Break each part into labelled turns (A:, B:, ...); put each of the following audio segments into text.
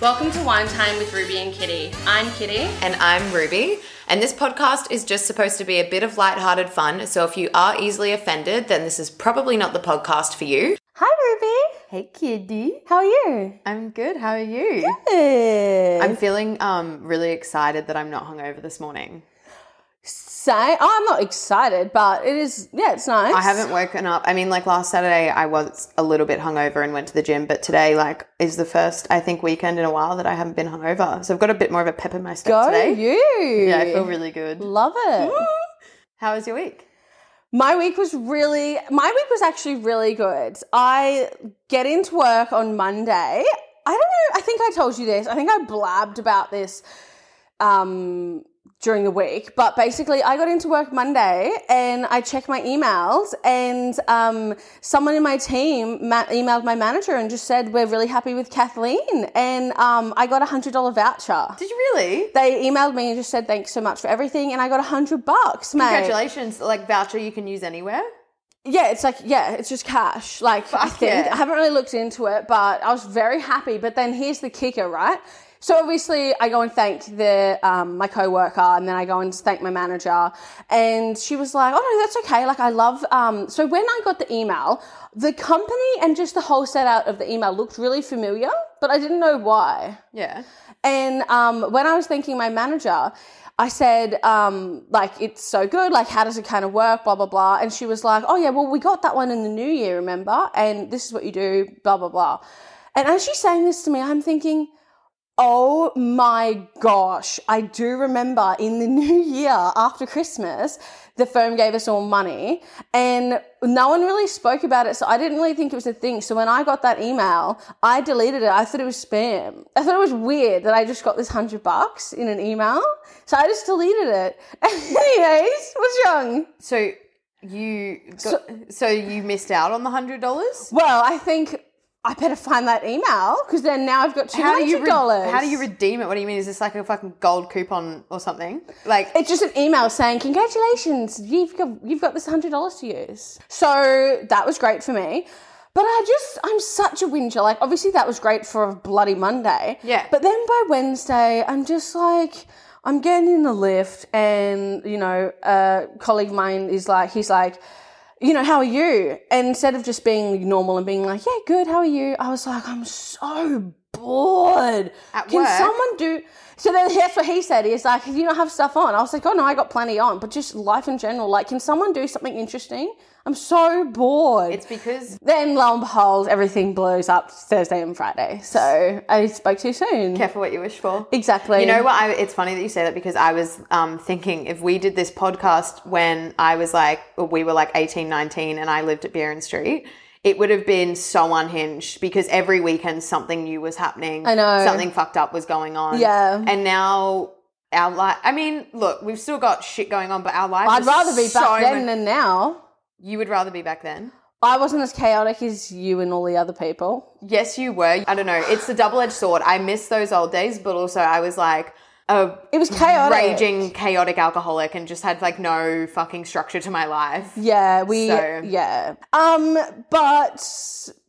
A: Welcome to Wine Time with Ruby and Kitty. I'm Kitty.
B: And I'm Ruby. And this podcast is just supposed to be a bit of lighthearted fun. So if you are easily offended, then this is probably not the podcast for you.
C: Hi, Ruby. Hey, Kitty. How are you?
B: I'm good. How are you?
C: Good.
B: I'm feeling um, really excited that I'm not hungover this morning.
C: Say, oh, I'm not excited, but it is. Yeah, it's nice.
B: I haven't woken up. I mean, like last Saturday, I was a little bit hungover and went to the gym, but today, like, is the first I think weekend in a while that I haven't been hungover. So I've got a bit more of a pep in my step
C: Go
B: today.
C: you.
B: Yeah, I feel really good.
C: Love it.
B: How was your week?
C: My week was really. My week was actually really good. I get into work on Monday. I don't know. I think I told you this. I think I blabbed about this um, during the week. But basically, I got into work Monday and I checked my emails, and um, someone in my team ma- emailed my manager and just said, We're really happy with Kathleen. And um, I got a $100 voucher.
B: Did you really?
C: They emailed me and just said, Thanks so much for everything. And I got a 100 bucks, mate.
B: Congratulations. Like voucher you can use anywhere.
C: Yeah, it's like yeah, it's just cash. Like I
B: Fuck
C: think
B: yeah.
C: I haven't really looked into it, but I was very happy. But then here's the kicker, right? So obviously I go and thank the um, my coworker, and then I go and thank my manager, and she was like, "Oh no, that's okay." Like I love. Um, so when I got the email, the company and just the whole set out of the email looked really familiar, but I didn't know why.
B: Yeah.
C: And um, when I was thanking my manager, I said, um, like, it's so good. Like, how does it kind of work? Blah, blah, blah. And she was like, oh, yeah, well, we got that one in the new year, remember? And this is what you do, blah, blah, blah. And as she's saying this to me, I'm thinking, oh my gosh, I do remember in the new year after Christmas, the firm gave us all money and no one really spoke about it. So I didn't really think it was a thing. So when I got that email, I deleted it. I thought it was spam. I thought it was weird that I just got this hundred bucks in an email. So I just deleted it. Anyways, what's wrong?
B: So you got, so, you missed out on the hundred dollars.
C: Well, I think I better find that email because then now I've got $200.
B: How do you re- how do you redeem it? What do you mean? Is this like a fucking gold coupon or something? Like
C: It's just an email saying, "Congratulations, you've got, you've got this hundred dollars to use." So that was great for me, but I just I'm such a whinger. Like obviously that was great for a bloody Monday,
B: Yeah.
C: But then by Wednesday, I'm just like. I'm getting in the lift, and you know, a colleague of mine is like, he's like, you know, how are you? And instead of just being normal and being like, yeah, good, how are you? I was like, I'm so bored.
B: At
C: Can
B: work?
C: someone do? So then that's what he said. He's like, you don't have stuff on. I was like, oh no, I got plenty on, but just life in general. Like, can someone do something interesting? I'm so bored.
B: it's because
C: then lo and behold, everything blows up Thursday and Friday. So I spoke too soon.
B: careful what you wish for.
C: Exactly.
B: You know what? I, it's funny that you say that because I was um, thinking if we did this podcast when I was like, we were like 18, 19, and I lived at Beerin Street, it would have been so unhinged because every weekend something new was happening.
C: I know.
B: Something fucked up was going on.
C: Yeah.
B: And now our life, I mean, look, we've still got shit going on, but our life
C: I'd
B: is
C: rather be back
B: so
C: then
B: much-
C: than now.
B: you would rather be back then?
C: I wasn't as chaotic as you and all the other people.
B: Yes, you were. I don't know. It's the double edged sword. I miss those old days, but also I was like, oh, a
C: It was chaotic.
B: raging chaotic alcoholic and just had like no fucking structure to my life.
C: Yeah, we
B: So-
C: yeah. Um, but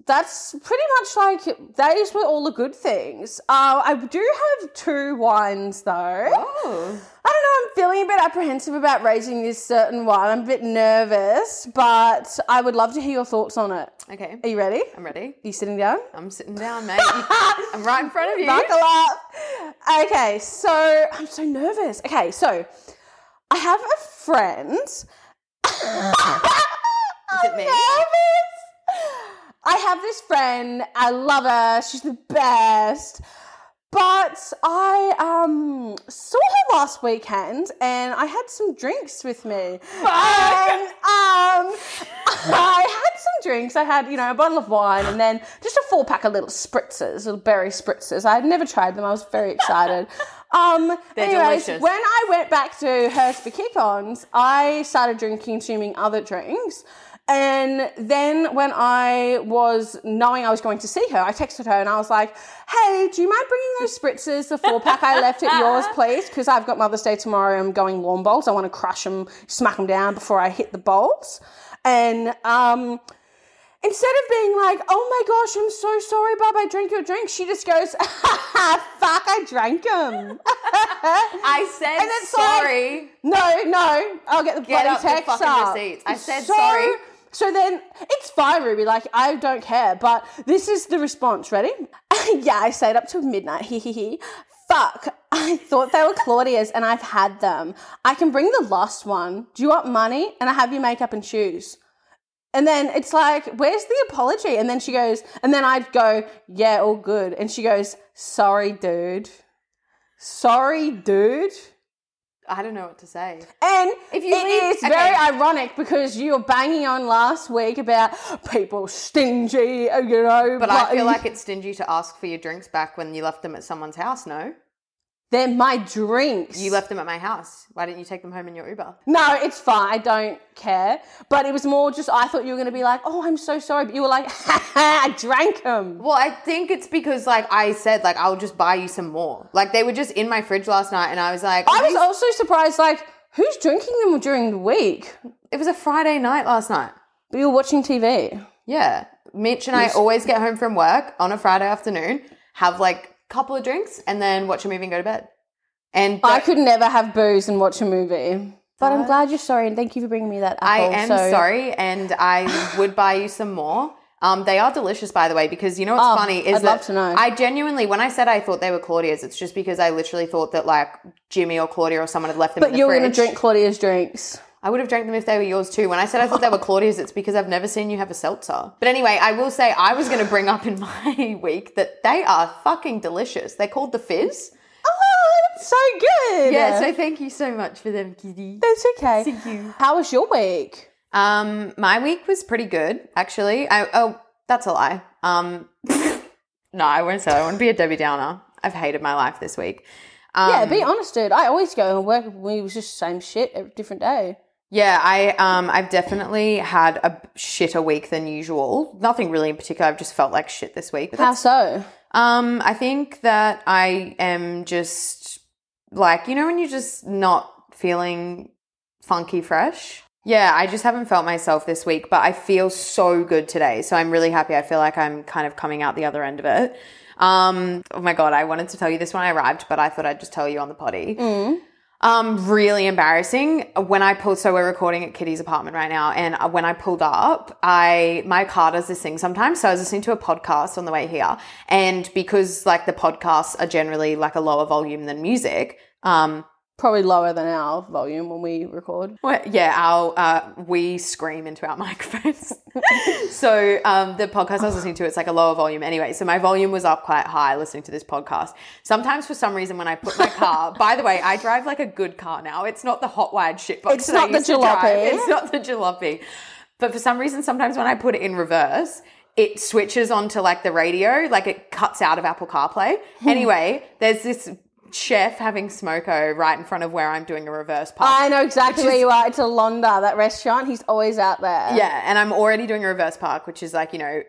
C: that's pretty much like those were all the good things. Uh, I do have two wines though. I
B: Oh.
C: don't know. I'm feeling a bit apprehensive about raising this certain wine. I'm a bit nervous, but I would love to hear your thoughts on it.
B: Okay.
C: Are you ready?
B: I'm ready.
C: Are you sitting down?
B: I'm sitting down, mate. I'm right in front of you.
C: Buckle up. Okay, so I'm so nervous. Okay, so I have a friend.
B: it me?
C: I'm nervous. I have this friend. I love her. She's the best. But I um, saw her last weekend and I had some drinks with me. And um, I had some drinks. I had, you know, a bottle of wine and then just a four pack of little spritzers, little berry spritzers. I had never tried them. I was very excited. Um,
B: They're
C: anyways,
B: delicious.
C: when I went back to hers for kick ons, I started drinking, consuming other drinks. And then when I was knowing I was going to see her, I texted her and I was like, hey, do you mind bringing those spritzers, the four pack I left at yours, please? Because I've got Mother's Day tomorrow. I'm going lawn bowls. I want to crush them, smack them down before I hit the bowls. And, um, Instead of being like, oh my gosh, I'm so sorry, Bob, I drank your drink, she just goes, fuck, I drank him.
B: I said
C: And it's
B: sorry.
C: No, no, I'll get the
B: Get
C: bloody
B: up the
C: text
B: fucking
C: up.
B: receipts. I said
C: So-
B: sorry.
C: So then it's fine, Ruby. Like I don't care. But this is the response. Ready? yeah, I stayed up till midnight. Hee hee hee. Fuck. I thought they were Claudia's, and I've had them. I can bring the last one. Do you want money? And I have your makeup and shoes. And then it's like, where's the apology? And then she goes, and then I'd go, yeah, all good. And she goes, sorry, dude. Sorry, dude.
B: I don't know what to say.
C: And
B: If you
C: it
B: leave-
C: is very
B: okay.
C: ironic because you were banging on last week about people stingy, uh, you know.
B: But I feel like it's stingy to ask for your drinks back when you left them at someone's house, no?
C: they're my drinks.
B: You left them at my house. Why didn't you take them home in your Uber?
C: No, it's fine. I don't care. But it was more just I thought you were going to be like, oh, I'm so sorry. But you were like, ha ha, I drank them.
B: Well, I think it's because like I said, like I'll just buy you some more. Like they were just in my fridge last night, and I was like,
C: I was also surprised, like, who's drinking them during the week?
B: it was a Friday night last night.
C: But you were watching TV.
B: Yeah, Mitch and I always get home from work on a Friday afternoon, have like a couple of drinks, and then watch a movie and go to bed. And
C: I could never have booze and watch a movie. But I'm glad you're sorry and thank you for bringing me that.
B: I
C: apple.
B: am
C: So-
B: sorry, and I would buy you some more. Um, they are delicious, by the way, because you know what's
C: Oh,
B: funny is
C: I'd
B: that
C: love to know.
B: I genuinely, when I said I thought they were Claudia's, it's just because I literally thought that like Jimmy or Claudia or someone had left them. in
C: But
B: the
C: you were
B: fridge.
C: going to drink Claudia's drinks.
B: I would have drank them if they were yours too. When I said I thought they were Claudia's, it's because I've never seen you have a seltzer. But anyway, I will say I was going to bring up in my week that they are fucking delicious. They're called the Fizz.
C: Oh, that's so good.
B: Yeah, so thank you so much for them, Kitty.
C: that's okay.
B: Thank you.
C: How was your week?
B: Um, my week was pretty good actually. I, oh, that's a lie. Um, no, I won't say. That. I want to be a Debbie Downer. I've hated my life this week. Um,
C: yeah, be honest, dude. I always go and work. We was just same shit every different day.
B: Yeah, I um I've definitely had a shitter week than usual. Nothing really in particular. I've just felt like shit this week. But
C: How
B: that's-
C: so?
B: um I think that I am just like, you know when you're just not feeling funky fresh? Yeah, I just haven't felt myself this week, but I feel so good today. So I'm really happy. I feel like I'm kind of coming out the other end of it. Um oh my god, I wanted to tell you this when I arrived, but I thought I'd just tell you on the potty. Um, really embarrassing. When I pulled, so we're recording at Kitty's apartment right now, and uh, when I pulled up, I my car does this thing sometimes. So I was listening to a podcast on the way here, and because like the podcasts are generally like a lower volume than music, um,
C: Probably lower than our volume when we record.
B: well, yeah, our uh, we scream into our microphones. so um, the podcast I was listening to, it's like a lower volume anyway. So my volume was up quite high listening to this podcast. Sometimes for some reason when I put my car, by the way, I drive like a good car now. It's not the hot wired shit box.
C: It's
B: that I
C: not the
B: used to drive.
C: jalopy.
B: It's not the jalopy. But for some reason, sometimes when I put it in reverse. It switches onto like the radio, like it cuts out of Apple CarPlay.
C: Hmm.
B: Anyway, there's this chef having smoko right in front of where I'm doing a reverse park.
C: I know exactly where you are. It's a Londa, that restaurant. He's always out there.
B: Yeah, and I'm already doing a reverse park, which is like, you know,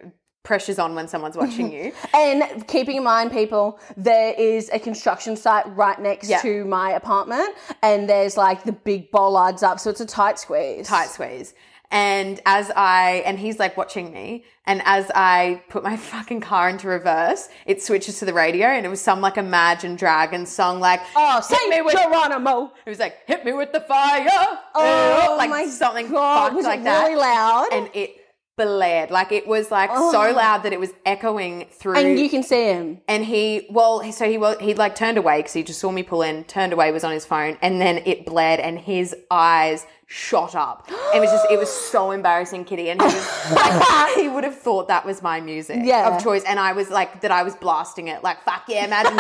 B: pressure's on when someone's watching you.
C: And keeping in mind, people, there is a construction site right next
B: Yeah.
C: to my apartment, and there's like the big bollards up, so it's a tight squeeze.
B: Tight squeeze. And as I, and he's like watching me, and as I put my fucking car into reverse, it switches to the radio, and it was some like Imagine Dragon song, like,
C: Oh, Saint
B: me with-
C: Geronimo.
B: it was like, hit me with the fire.
C: Oh,
B: like
C: my
B: something
C: God,
B: fucked
C: was it
B: like that.
C: really loud? Oh.
B: And it blared. Like it was like so loud that it was echoing through.
C: And you can see him.
B: and he well he- so he was he like turned away because he just saw me pull in turned away was on his phone and then it bled and his eyes shot up it was just it was so embarrassing kitty and he was he would have thought that was my music
C: Yeah.
B: of choice and i was like that i was blasting it like fuck yeah imagine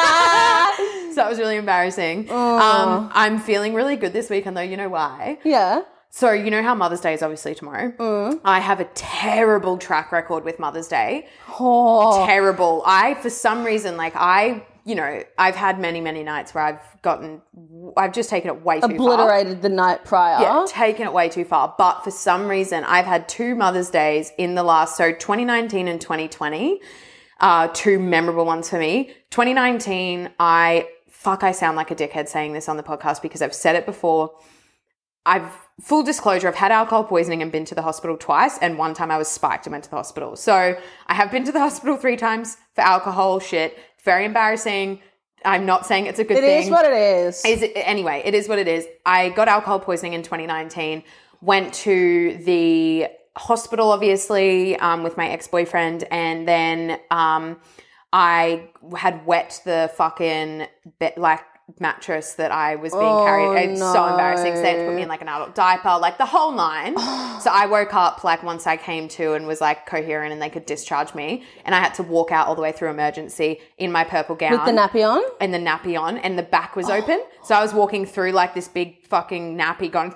B: dragons so that was really embarrassing um i'm feeling really good this weekend though you know why
C: Yeah.
B: so you know how Mother's Day is obviously tomorrow. I have a terrible track record with Mother's Day.
C: Oh,
B: Terrible. I for some reason like I you know I've had many many nights where I've gotten I've just taken it way too far.
C: Obliterated the night prior.
B: Yeah, taken it way too far. But for some reason, I've had two Mother's Days in the last so 2019 and 2020 uh, two memorable ones for me. 2019, I fuck, I sound like a dickhead saying this on the podcast because I've said it before. I've full disclosure, I've had alcohol poisoning and been to the hospital twice, and one time I was spiked and went to the hospital. So I have been to the hospital three times for alcohol shit. Very embarrassing. I'm not saying it's a good
C: It
B: thing.
C: is what it is.
B: Is it, anyway, it is what it is. I got alcohol poisoning in 2019. Went to the hospital, obviously, um, with my ex boyfriend, and then um, I had wet the fucking be- like mattress that I was being carried. It's so embarrassing. So they had to put me in like an adult diaper, like the whole nine. so I woke up like once I came to and was like coherent, and they could discharge me, and I had to walk out all the way through emergency in my purple gown
C: the nappy on?
B: and the nappy on and the back
C: Oh.
B: was open. So I was walking through like this big fucking nappy going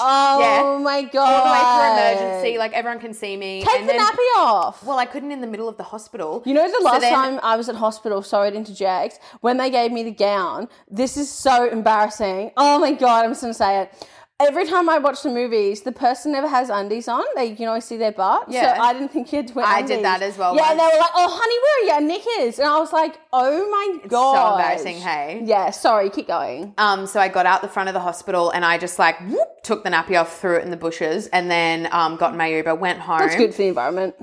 C: Oh
B: Yeah.
C: my
B: all the way
C: god.
B: through emergency. Like everyone can see me.
C: Take the nappy off.
B: Well, I couldn't in the middle of the hospital.
C: You know, the
B: So
C: last
B: then-
C: time I was at hospital, sorry to interject, when they gave me the gown, this is so embarrassing. Oh my God, I'm just gonna say it. Every time I watch the movies, the person never has undies on. They you can always see their butt.
B: Yeah.
C: So I didn't think you had to wear
B: I
C: undies.
B: did that as well
C: Yeah,
B: once.
C: they were like, oh, honey, where are your knickers? And I was like, oh my God.
B: so embarrassing, hey?
C: Yeah, sorry, keep going.
B: Um, so I got out the front of the hospital and I just like whoop, took the nappy off, threw it in the bushes, and then um, got in my Uber, went home.
C: That's good for the environment.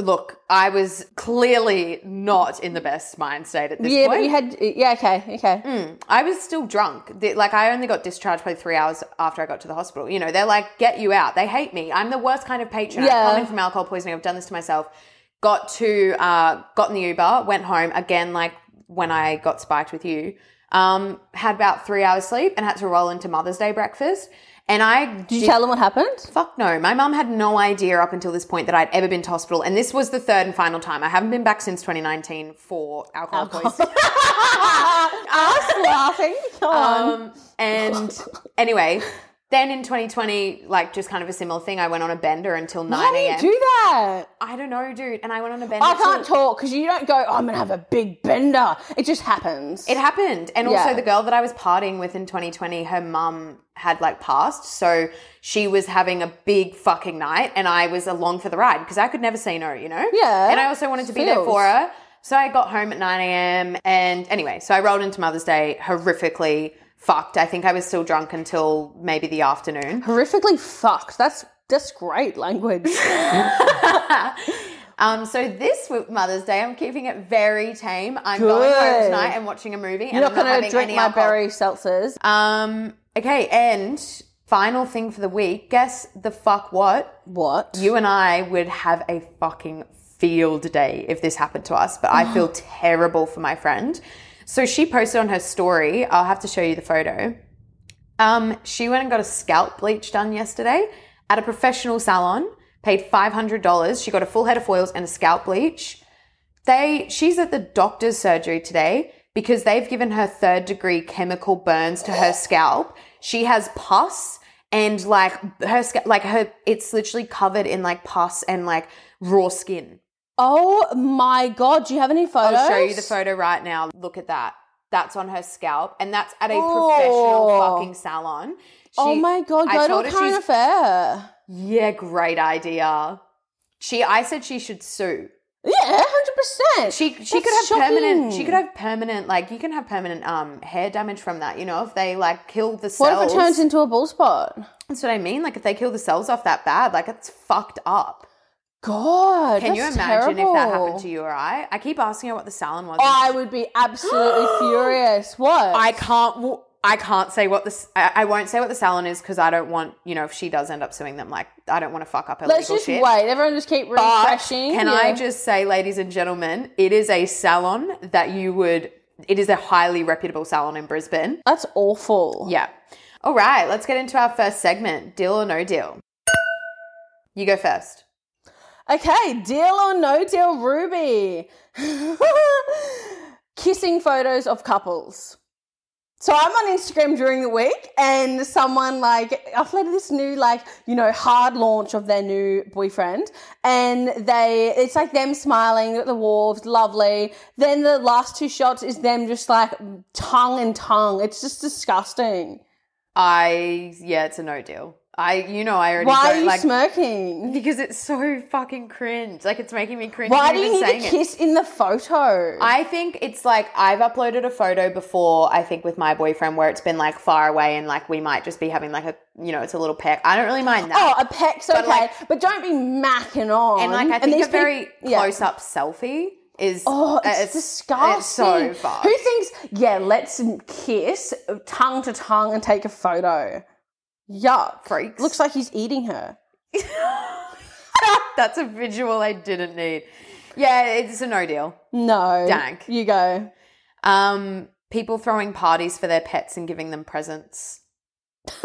B: Look, I was clearly not in the best mind state at this
C: Yeah,
B: point.
C: but you had, yeah, okay, okay.
B: I was still drunk. The- like I only got discharged probably three hours after I got to the hospital. You know, they're like, "Get you out." They hate me. I'm the worst kind of patron.
C: Yeah.
B: I'm coming from alcohol poisoning. I've done this to myself. Got to, uh, got in the Uber, went home again. Like when I got spiked with you, um, had about three hours sleep and had to roll into Mother's Day breakfast. And I
C: Did you tell them what happened?
B: Fuck no. My mum had no idea up until this point that I'd ever been to hospital, and this was the third and final time. I haven't been back since 2019 for alcohol poisoning.
C: Us laughing. Come on.
B: Um, and anyway, then in 2020, like just kind of a similar thing, I went on a bender until 9
C: How do
B: a.m.
C: you do that?
B: I don't know, dude. And I went on a bender.
C: I can't
B: till-
C: talk because you don't go, "Oh, I'm going to have a big bender. It just happens.
B: It happened. And
C: Yeah.
B: also, the girl that I was partying with in 2020, her mum had like passed. So she was having a big fucking night, and I was along for the ride because I could never say no, you know?
C: Yeah.
B: And I also wanted to be there
C: Feels.
B: for her. So I got home at 9 a.m. And anyway, so I rolled into Mother's Day horrifically fucked. I think I was still drunk until maybe the afternoon.
C: Horrifically fucked. That's that's great language.
B: Um, so this w- Mother's Day, I'm keeping it very tame. I'm going home
C: Good.
B: tonight and watching a movie, and
C: You're not
B: I'm not
C: going to
B: having
C: drink
B: any
C: my
B: alcohol.
C: berry seltzers.
B: Um, okay, and final thing for the week. Guess the fuck what?
C: what?
B: You and I would have a fucking field day if this happened to us, but I feel terrible for my friend. So she posted on her story. I'll have to show you the photo. Um, she went and got a scalp bleach done yesterday at a professional salon. Paid five hundred dollars. She got a full head of foils and a scalp bleach. They, she's at the doctor's surgery today because they've given her third degree chemical burns to her scalp. She has pus and like her scalp, like her, it's literally covered in like pus and like raw skin.
C: oh my god! Do you have any photos?
B: I'll show you the photo right now. Look at that. That's on her scalp, and that's at a
C: Oh.
B: professional fucking salon.
C: oh
B: She-
C: my god!
B: I
C: Go
B: told
C: to a
B: her
C: current
B: she's-
C: affair.
B: Yeah, great idea. She, I said she should sue.
C: Yeah, hundred percent.
B: She, she could have permanent. She could have permanent. Like you can have permanent um hair damage from that. You know, if they like kill the cells.
C: What if it turns into a bull spot?
B: That's what I mean. Like if they kill the cells off that bad, like it's fucked up.
C: God,
B: Can you
C: that's
B: imagine if that
C: terrible.
B: happened to you or I? I keep asking her what the salon was.
C: I would be absolutely furious. What?
B: Oh, I can't. w- I can't say what this. I, I won't say what the salon is because I don't want. You know, if she does end up suing them, like I don't want to fuck up her
C: Let's
B: legal
C: just
B: shit.
C: wait. Everyone just keep
B: But
C: refreshing.
B: can
C: Yeah.
B: I just say, ladies and gentlemen, it is a salon that you would. It is a highly reputable salon in Brisbane.
C: That's awful.
B: Yeah. All right. Let's get into our first segment. Deal or no deal. You go first.
C: Okay, deal or no deal, Ruby. Kissing photos of couples. So I'm on Instagram during the week, and someone like uploaded this new like you know hard launch of their new boyfriend, and they it's like them smiling at the wharves, lovely. Then the last two shots is them just like tongue and tongue. It's just disgusting.
B: I yeah, it's a no deal. I, you know, I already
C: Why
B: don't,
C: are you
B: like
C: smirking?
B: because it's so fucking cringe. Like it's making me cringe.
C: Why do
B: even
C: you need
B: saying
C: to
B: it.
C: kiss in the photo?
B: I think it's like I've uploaded a photo before, I think with my boyfriend where it's been like far away and like we might just be having like a you know, it's a little peck. I don't really mind that.
C: oh, a peck's okay, but,
B: like-
C: don't be macking on.
B: and like I think
C: these
B: a very
C: peop- yeah.
B: close up selfie is
C: Oh, it's, disgusting.
B: It's so far.
C: Who thinks, yeah, let's kiss tongue to tongue and take a photo? Yuck.
B: Freaks.
C: Looks like he's eating her.
B: That's a visual I didn't need. Yeah, it's a no deal.
C: No.
B: Dank.
C: You go.
B: Um people throwing parties for their pets and giving them presents.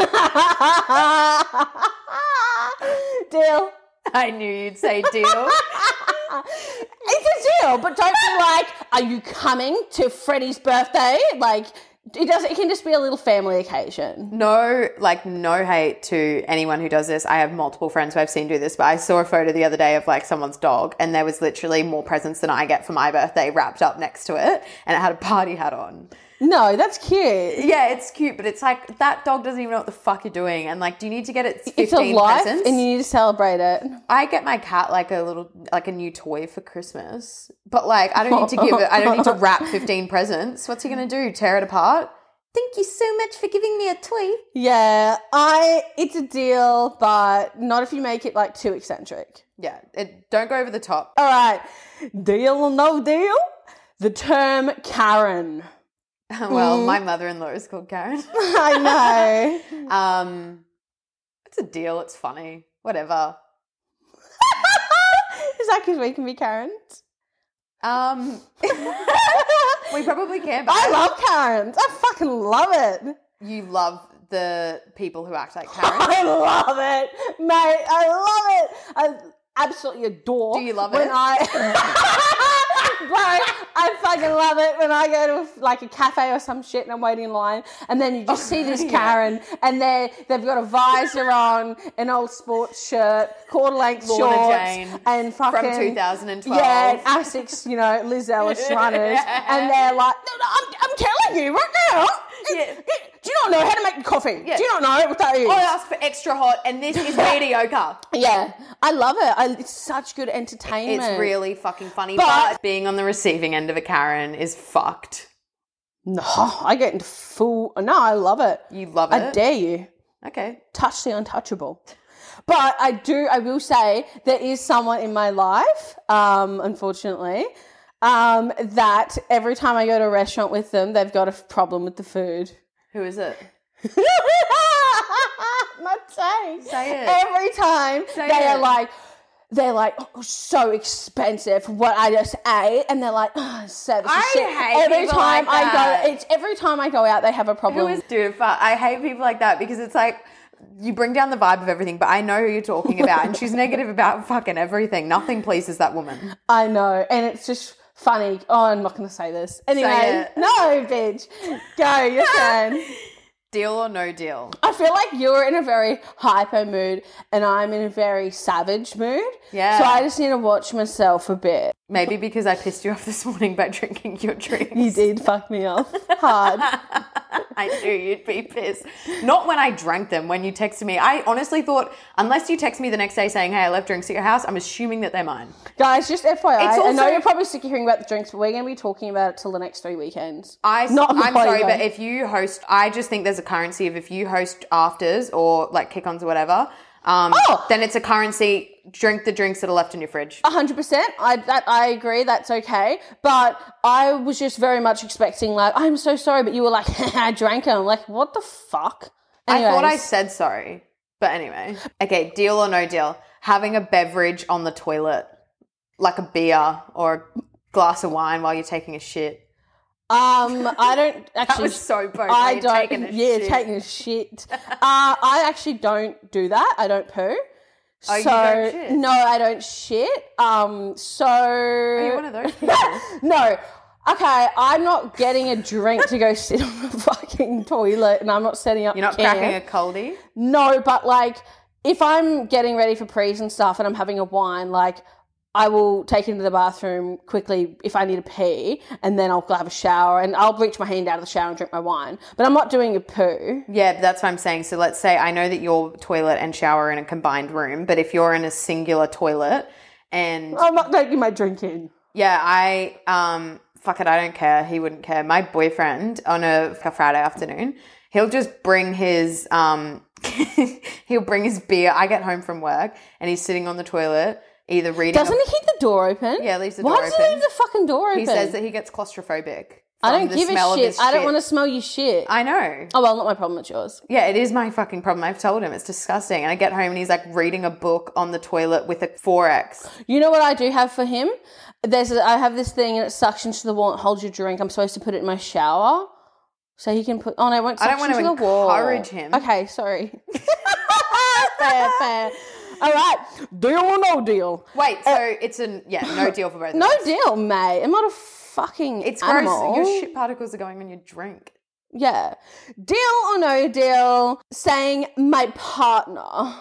C: deal.
B: I knew you'd say deal.
C: It's a deal, but don't be like, are you coming to Freddie's birthday? Like, it does. It can just be a little family occasion.
B: No, like no hate to anyone who does this. I have multiple friends who I've seen do this, but I saw a photo the other day of like someone's dog, and there was literally more presents than I get for my birthday wrapped up next to it, and it had a party hat on.
C: No, that's cute.
B: Yeah, it's cute, but it's like that dog doesn't even know what the fuck you're doing, and like, do you need to get it fifteen
C: It's a life,
B: presents?
C: and you need to celebrate it.
B: I get my cat like a little like a new toy for Christmas, but like I don't need to give it. I don't need to wrap fifteen presents. What's he gonna do? Tear it apart? Thank you so much for giving me a toy.
C: Yeah, I. It's a deal, but not if you make it like too eccentric.
B: Yeah, it, don't go over the top.
C: All right, deal or no deal? The term Karen.
B: Well, my mother-in-law is called Karen.
C: I know.
B: Um, it's a deal. It's funny. Whatever.
C: Is that because we can be Karens?
B: Um, we probably can, but
C: I love Karens. I fucking love it.
B: you love the people who act like Karen.
C: I love it, mate. I love it. I absolutely adore.
B: Do you love
C: when
B: it?
C: I, bro, I fucking love it when I go to like a cafe or some shit and I'm waiting in line, and then you just see this
B: Oh, yeah.
C: Karen, and they they've got a visor on, an old sports shirt, quarter length
B: Lorna
C: shorts,
B: Jane
C: and fucking
B: From 2012.
C: Yeah, and Asics, you know, Liz Ellis runners, and they're like, no, no, I'm, I'm telling you right now. it-
B: Yeah. Oh,
C: it- do you not know how to make coffee? Do you not know what that is?
B: I asked for extra hot, and this is mediocre.
C: Yeah, I love it. I, it's such good entertainment.
B: It's really fucking funny, but,
C: But-
B: being on the receiving end of a Karen is fucked.
C: No, I get into full. No, I love it.
B: You love
C: I
B: it.
C: dare you
B: okay.
C: touch the untouchable. But I do. I will say there is someone in my life, um, unfortunately, um, that every time I go to a restaurant with them, they've got a f- problem with the food.
B: Who is it?
C: My taste.
B: Say it.
C: Every time
B: Say
C: they are
B: it.
C: like, they're like, oh, so expensive for what I just ate, and they're like, oh, service is
B: I
C: shit.
B: hate
C: every
B: people
C: time
B: like
C: I
B: that.
C: go, it's every time I go out, they have a
B: Who
C: problem.
B: is dude? fu- I hate people like that because it's like you bring down the vibe of everything. But I know who you're talking about, and she's negative about fucking everything. Nothing pleases that woman.
C: I know, and it's just funny. Oh, I'm not going to say this anyway.
B: it.
C: No, bitch, go your turn.
B: Deal or no deal?
C: I feel like you're in a very hyper mood, and I'm in a very savage mood.
B: Yeah.
C: So I just need to watch myself a bit.
B: Maybe because I pissed you off this morning by drinking your drink.
C: You did fuck me off hard.
B: I knew you'd be pissed. Not when I drank them, when you texted me. I honestly thought, unless you text me the next day saying, hey, I left drinks at your house, I'm assuming that they're mine.
C: Guys, just FYI,
B: It's
C: I know
B: also-
C: you're probably sick of hearing about the drinks, but we're going to be talking about it till the next three weekends.
B: I,
C: Not
B: I'm
C: mine,
B: sorry,
C: though.
B: but if you host, I just think there's a currency of if you host afters or like kick ons or whatever, um,
C: Oh!
B: then it's a currency. Drink the drinks that are left in your fridge.
C: hundred percent. I that I agree. That's okay. But I was just very much expecting like, I'm so sorry, but you were like, I drank it. I'm like, what the fuck?
B: I thought I
C: Anyways.
B: said sorry. But anyway. Okay, deal or no deal? Having a beverage on the toilet, like a beer or a glass of wine while you're taking a shit.
C: Um, I don't
B: That
C: actually.
B: was so both.
C: I
B: you're
C: don't.
B: Taking a
C: yeah,
B: shit.
C: taking a shit. uh, I actually don't do that. I don't poo. so
B: Oh, you don't shit?
C: no, I don't shit. Um, so
B: Are Oh, you one of those people?
C: no. Okay, I'm not getting a drink to go sit on the fucking toilet, and I'm not setting up.
B: You're not
C: camp.
B: cracking a coldie.
C: No, but like if I'm getting ready for pre's and stuff, and I'm having a wine, like I will take it into the bathroom quickly if I need to pee, and then I'll go have a shower and I'll reach my hand out of the shower and drink my wine. But I'm not doing a poo.
B: Yeah, but that's what I'm saying. So let's say I know that your toilet and shower are in a combined room, but if you're in a singular toilet and
C: I'm not taking my drink in.
B: yeah, I um fuck it, I don't care. He wouldn't care. My boyfriend on a, a Friday afternoon, he'll just bring his um he'll bring his beer. I get home from work and he's sitting on the toilet either reading a-
C: Doesn't he keep the door open?
B: Yeah, leaves the
C: Why
B: door
C: does he leave
B: open.
C: the fucking door open?
B: he says that he gets claustrophobic.
C: I
B: from
C: don't
B: the
C: give a
B: smell of
C: shit.
B: his
C: I don't want to smell your shit.
B: I know.
C: oh well, not my problem. It's yours.
B: Yeah, it is my fucking problem. I've told him it's disgusting. And I get home and he's like reading a book on the toilet with a 4X.
C: You know what I do have for him? There's a, I have this thing and it suctions to the wall. It holds your drink. I'm supposed to put it in my shower, so he can put. Oh no, it won't.
B: I
C: Suction
B: don't
C: to
B: want
C: the
B: to
C: wall.
B: encourage him.
C: Okay, sorry. fair, fair. All right, deal or no deal?
B: Wait, so it's a yeah, no deal for both. of
C: Eh. No
B: us.
C: deal, mate. I'm not a fucking
B: it's
C: animal.
B: gross. Your shit particles are going on your drink.
C: yeah, deal or no deal? Saying my partner.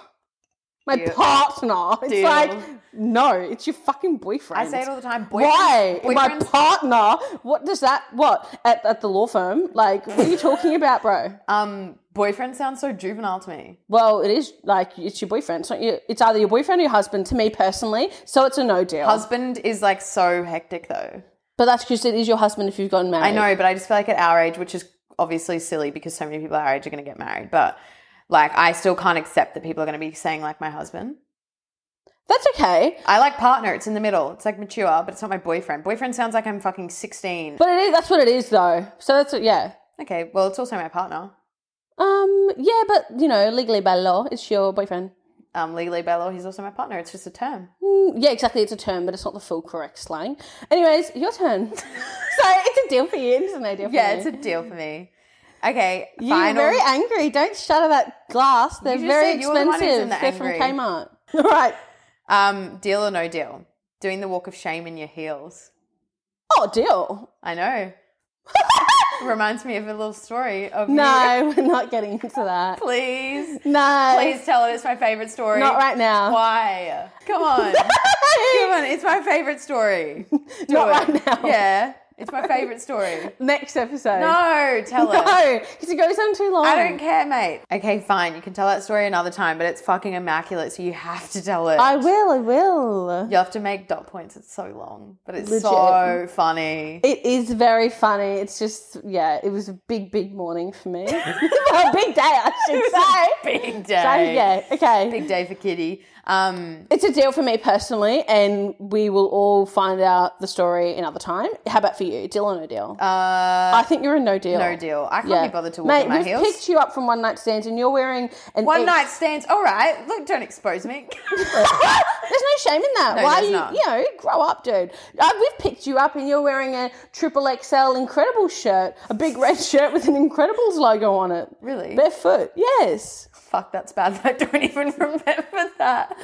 C: My
B: Deal.
C: partner. It's
B: Deal.
C: like no, it's your fucking boyfriend.
B: I say it all the time. Boyfriend,
C: Why? My
B: boyfriends-
C: partner? What does that? What at, at the law firm? Like, what are you talking about, bro?
B: um, boyfriend sounds so juvenile to me.
C: Well, it is like it's your boyfriend. It's, not your, it's either your boyfriend or your husband. To me personally, so it's a no deal.
B: Husband is like so hectic though.
C: but that's because it is your husband if you've gotten married.
B: I know, but I just feel like at our age, which is obviously silly because so many people our age are going to get married, but like I still can't accept that people are going to be saying like my husband.
C: That's okay,
B: I like partner. It's in the middle. It's like mature, but it's not my boyfriend. Boyfriend sounds like I'm fucking 16.
C: but it is. That's what it is, though. So that's what, yeah.
B: okay, well, it's also my partner.
C: Um, yeah, but you know, legally by law, it's your boyfriend.
B: Um, legally by law, he's also my partner. It's just a term.
C: Mm, Yeah, exactly. It's a term, but it's not the full correct slang. Anyways, your turn. so it's a deal for you. It's a no deal. For
B: Yeah,
C: you.
B: it's a deal for me. Okay,
C: You're
B: final.
C: very angry. Don't shatter that glass. They're
B: just
C: very
B: said you're the one who's in
C: expensive.
B: the
C: They're from
B: angry.
C: Kmart. All right.
B: um, deal or no deal? Doing the walk of shame in your heels.
C: Oh, deal.
B: I know. Reminds me of a little story of you.
C: No, we're not getting into that.
B: Please,
C: No.
B: please tell it. It's my favorite story.
C: Not right now.
B: Why? Come on, come on. It's my favorite story. Do
C: Not
B: it.
C: right now.
B: Yeah, it's my favorite story.
C: Next episode.
B: No, tell it.
C: No, because it goes on too long.
B: I don't care, mate. Okay, fine. You can tell that story another time, but it's fucking immaculate, so you have to tell it.
C: I will. I will.
B: You have to make dot points. It's so long, but it's
C: Legit.
B: so funny.
C: It is very funny. It's just, yeah, it was a big, big morning for me. well, big day, I should say.
B: Big day.
C: So, yeah, okay.
B: Big day for Kitty. Um,
C: It's a deal for me personally, and we will all find out the story another time. How about for you? Deal or no deal?
B: uh,
C: I think you're a no deal.
B: no deal. I can't be bothered to walk
C: Mate,
B: in my
C: we've
B: heels.
C: picked you up from one night stands, and you're wearing an
B: One
C: ex-
B: night stands. All right. Look, don't expose me.
C: Ah! There's no shame in that.
B: No,
C: Why
B: there's
C: you
B: not.
C: you know grow up, dude? Uh, we've picked you up, and you're wearing a triple XL Incredible shirt, a big red shirt with an Incredibles logo on it.
B: Really?
C: Barefoot? Yes.
B: Fuck, that's bad. I don't even remember that.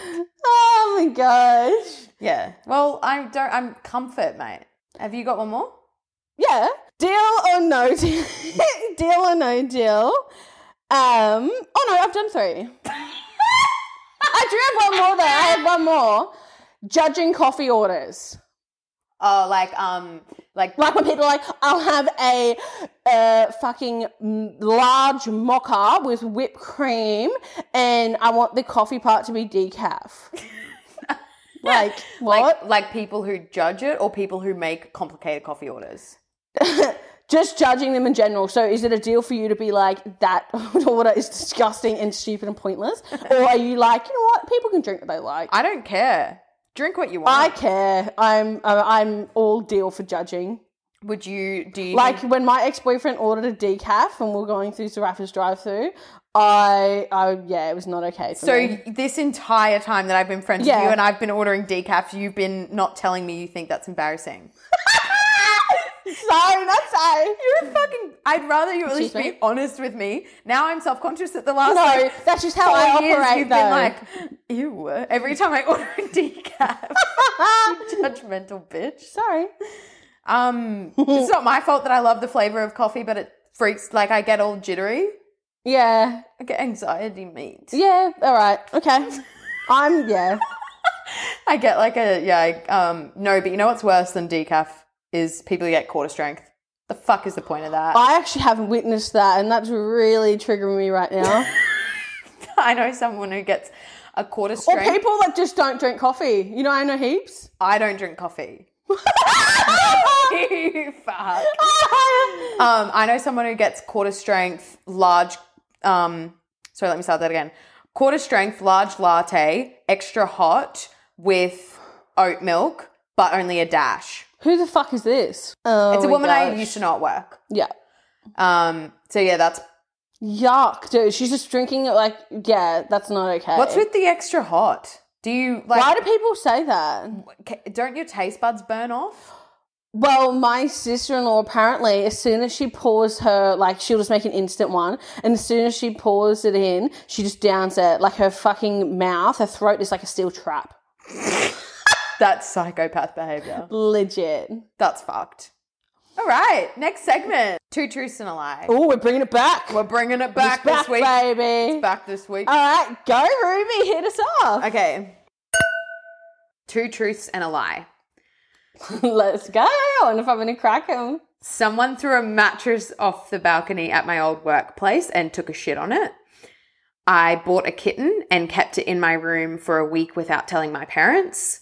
C: Oh my gosh.
B: Yeah. Well, I don't. I'm comfort, mate. Have you got one more?
C: Yeah. Deal or no deal? deal or no deal? Um. Oh no, I've done three. I do have one more there. I have one more. Judging coffee orders.
B: Oh, like um, like
C: Like when people are like, I'll have a uh, fucking m- large mocha with whipped cream, and I want the coffee part to be decaf. like what?
B: like like people who judge it or people who make complicated coffee orders.
C: just judging them in general. So, is it a deal for you to be like that order is disgusting and stupid and pointless, or are you like, you know what, people can drink what they like? I,
B: I don't care. Drink what you want.
C: care. I'm uh, I'm all deal for judging.
B: Would you do you
C: Like
B: think-
C: when my ex boyfriend ordered a decaf and we are going through Zarafa's drive through, I I yeah, it was not okay. For
B: so?
C: me.
B: y- This entire time that I've been friends
C: Yeah.
B: with you and I've been ordering decaf, you've been not telling me you think that's embarrassing.
C: sorry, not sorry.
B: You're a fucking. I'd rather you at
C: Excuse
B: least
C: me?
B: be honest with me. Now I'm self conscious that the last
C: No, that's just how I
B: four years
C: operate.
B: you've
C: though.
B: been like, ew, every time I order a decaf. You judgmental bitch.
C: sorry.
B: Um, it's not my fault that I love the flavor of coffee, but it freaks. Like I get all jittery.
C: Yeah,
B: I get anxiety, mate.
C: yeah. All right, okay. I'm yeah.
B: I get like a yeah. I, um, no, but you know what's worse than decaf is people who get quarter strength. The fuck is the point of that?
C: I actually haven't witnessed that, and that's really triggering me right now.
B: I know someone who gets a quarter
C: or
B: strength.
C: people that just don't drink coffee. You know, I know heaps.
B: I don't drink coffee. fuck. Um, I know someone who gets quarter strength large. Um, sorry, let me start that again. Quarter strength large latte, extra hot with oat milk, but only a dash.
C: Who the fuck is this? Oh,
B: It's a
C: my
B: woman I
C: gosh.
B: used to not work.
C: Yeah.
B: Um, so yeah, that's
C: Yuck, dude. She's just drinking it like, yeah, that's not okay.
B: what's with the extra hot. Do you like?
C: Why do people say that?
B: ca- don't your taste buds burn off?
C: Well, my sister in law apparently, as soon as she pours her, like, she'll just make an instant one, and as soon as she pours it in, she just downs it. Like, her fucking mouth, her throat is like a steel trap.
B: That's psychopath behavior.
C: Legit.
B: That's fucked. All right, next segment: two truths and a lie.
C: Oh, we're bringing it back.
B: We're bringing it back,
C: back, Uh,
B: this week.
C: baby.
B: Back this week.
C: All right, go, Ruby. Hit us off.
B: Okay. Two truths and a lie.
C: Let's go. I wonder if I'm going to crack him.
B: Someone threw a mattress off the balcony at my old workplace and took a shit on it. I bought a kitten and kept it in my room for a week without telling my parents.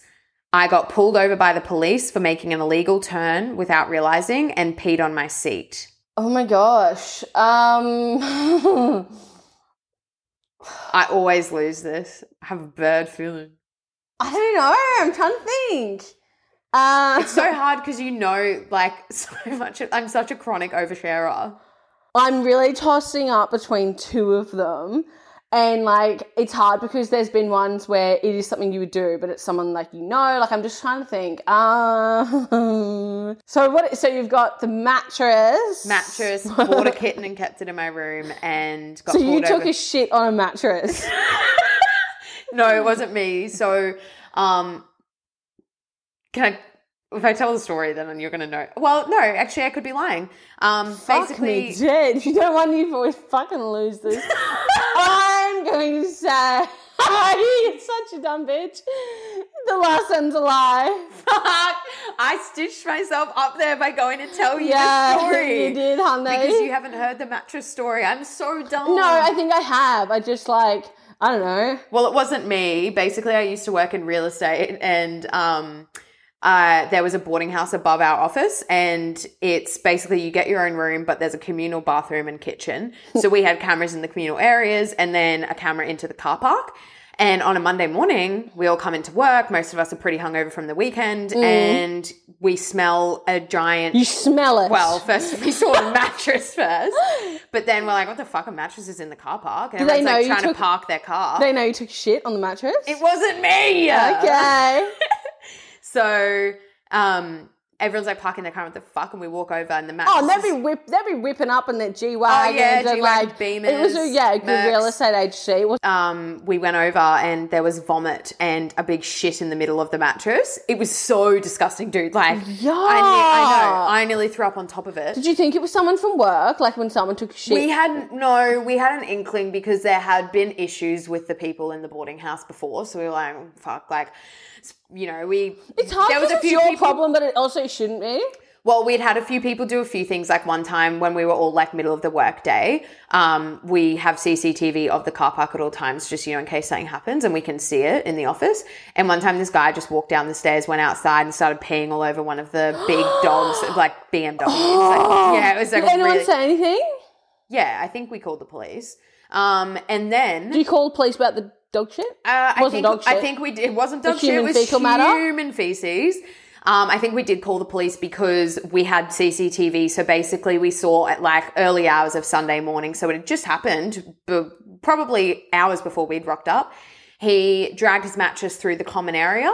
B: I got pulled over by the police for making an illegal turn without realizing and peed on my seat.
C: Oh my gosh. Um.
B: I always lose this. I have a bad feeling.
C: I don't know. I'm trying to think. Uh,
B: It's so hard because you know, like, so much. I'm such a chronic oversharer.
C: I'm really tossing up between two of them. And like, it's hard because there's been ones where it is something you would do, but it's someone like you know. Like, I'm just trying to think. Um, so what? So you've got the mattress.
B: mattress, bought a kitten and kept it in my room and got
C: So you
B: pulled
C: took
B: over.
C: a shit on a mattress.
B: no, it wasn't me. So um can I if I tell the story then you're gonna know. Well, no, actually I could be lying. Um basically
C: Fuck me, dead. You don't want you to fucking lose this. I'm going to say you're such a dumb bitch. The last one's a lie.
B: fuck, I stitched myself up there by going to tell you
C: Yeah,
B: the story.
C: you did, honey.
B: Because you haven't heard the mattress story. I'm so dumb.
C: no, I think I have. I just like I don't know.
B: Well, it wasn't me. Basically, I used to work in real estate, and um, uh, there was a boarding house above our office, and it's basically you get your own room, but there's a communal bathroom and kitchen.
C: Hmm.
B: So we had cameras in the communal areas, and then a camera into the car park. And on a Monday morning, we all come into work. Most of us are pretty hungover from the weekend, and we smell a giant
C: Hmm. You smell it.
B: well, first we saw a mattress first, but then we're like, "What the fuck? A mattress is in the car park." And
C: they
B: everyone's
C: know
B: like
C: you
B: trying
C: took-
B: to park their car.
C: they know you took shit on the mattress.
B: It wasn't me.
C: okay.
B: So um, everyone's like parking their car. What the fuck? And we walk over, and the mattress.
C: Oh, they'd
B: is-
C: be whip, they'd be whipping up in their G wagons
B: Oh, yeah,
C: and
B: G-Wagon,
C: like It was a
B: Beamers,
C: yeah, good real
B: Mercs.
C: estate agency. It was-
B: um, we went over, and there was vomit and a big shit in the middle of the mattress. It was so disgusting, dude. Like,
C: Yeah.
B: I, ne- I know. I nearly threw up on top of it.
C: Did you think it was someone from work? Like when someone took shit?
B: We had no, we had an inkling because there had been issues with the people in the boarding house before. So we were like, "Oh, fuck, like, you know, we.
C: it's hard because it's your problem, but it also shouldn't be.
B: Well, we'd had a few people do a few things. Like one time when we were all like middle of the workday, um, we have CCTV of the car park at all times, just you know, in case something happens, and we can see it in the office. And one time, this guy just walked down the stairs, went outside, and started peeing all over one of the big dogs, like BMWs. Like, yeah, it was like
C: Did anyone
B: really-
C: say anything?
B: yeah. I think we called the police. Um, and then
C: Did you call the police about the dog shit?
B: uh, I
C: Wasn't
B: think
C: dog
B: I
C: shit.
B: think we did. It wasn't dog shit. It
C: human
B: was
C: fecal
B: human
C: matter?
B: feces. Um, I think we did call the police because we had CCTV. So basically, we saw at like early hours of Sunday morning. So it had just happened, but probably hours before we'd rocked up. He dragged his mattress through the common area,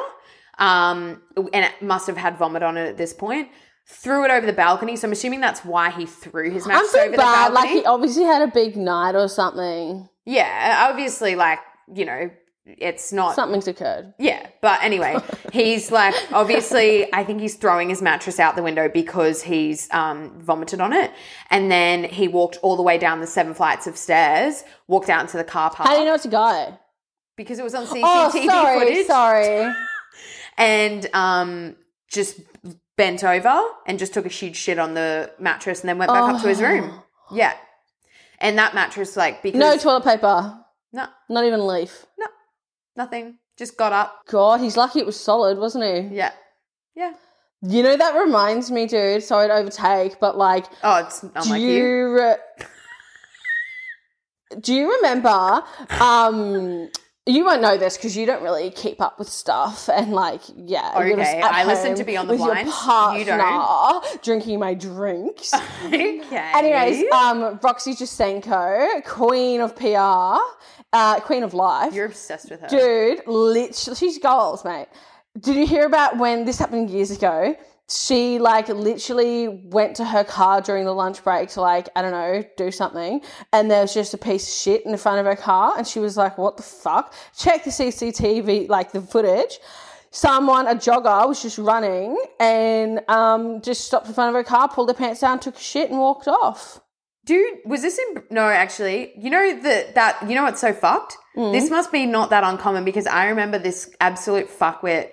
B: um, and it must have had vomit on it at this point. Threw it over the balcony. So I'm assuming that's why he threw his
C: I'm
B: mattress
C: so
B: over the
C: bad.
B: balcony.
C: Like he obviously had a big night or something.
B: yeah, obviously, like you know, it's not
C: Something's occurred.
B: Yeah, but anyway, he's like obviously I think he's throwing his mattress out the window because he's um, vomited on it, and then he walked all the way down the seven flights of stairs, walked out into the car park
C: How do you know it's a guy?
B: because it was on CCTV
C: Oh, sorry,
B: footage.
C: sorry.
B: and um, just bent over and just took a huge shit on the mattress and then went back up to his room. Yeah. And that mattress, like, because
C: Oh. No toilet paper.
B: No.
C: Not even a leaf.
B: nothing, just got up.
C: God, he's lucky it was solid, wasn't he?
B: Yeah. Yeah.
C: You know, that reminds me, dude. Sorry to overtake, but like,
B: Oh, it's unlike
C: do
B: you.
C: you, re- do you remember? Um, you won't know this because you don't really keep up with stuff, and like, yeah, you're just
B: Okay,
C: at
B: I listen
C: home
B: to Beyond the
C: with your
B: Blinds. You don't.
C: partner drinking my drinks.
B: okay.
C: Anyways, um, Roxy Jasenko, queen of PR, uh, queen of life.
B: you're obsessed with her.
C: Dude, literally, she's goals, mate. Did you hear about when this happened years ago? She like literally went to her car during the lunch break to like I don't know do something, and there was just a piece of shit in the front of her car, and she was like, "What the fuck?" Check the CCTV, like the footage. Someone, a jogger, was just running and um, just stopped in front of her car, pulled her pants down, took a shit, and walked off.
B: Dude, was this in? No, actually, you know that that you know what's so fucked. This must be not that uncommon because I remember this absolute fuckwit.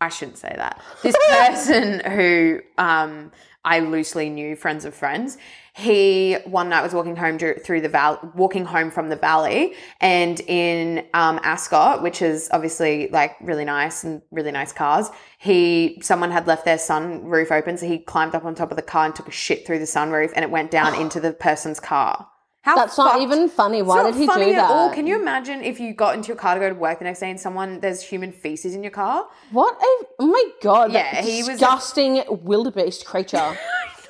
B: I shouldn't say that. This person who um, I loosely knew, friends of friends. He one night was walking home dr- through the valley, walking home from the valley, and in um, Ascot, which is obviously like really nice and really nice cars. He someone had left their sunroof open, so he climbed up on top of the car and took a shit through the sunroof, and it went down into the person's car. How
C: That's not
B: fucked-
C: even funny.
B: it's
C: Why
B: not
C: did he
B: funny
C: do that?
B: at all. Can you imagine if you got into your car to go to work the next day and someone there's human feces in your car?
C: What a oh my god!
B: Yeah,
C: that
B: he was a-
C: disgusting wildebeest creature.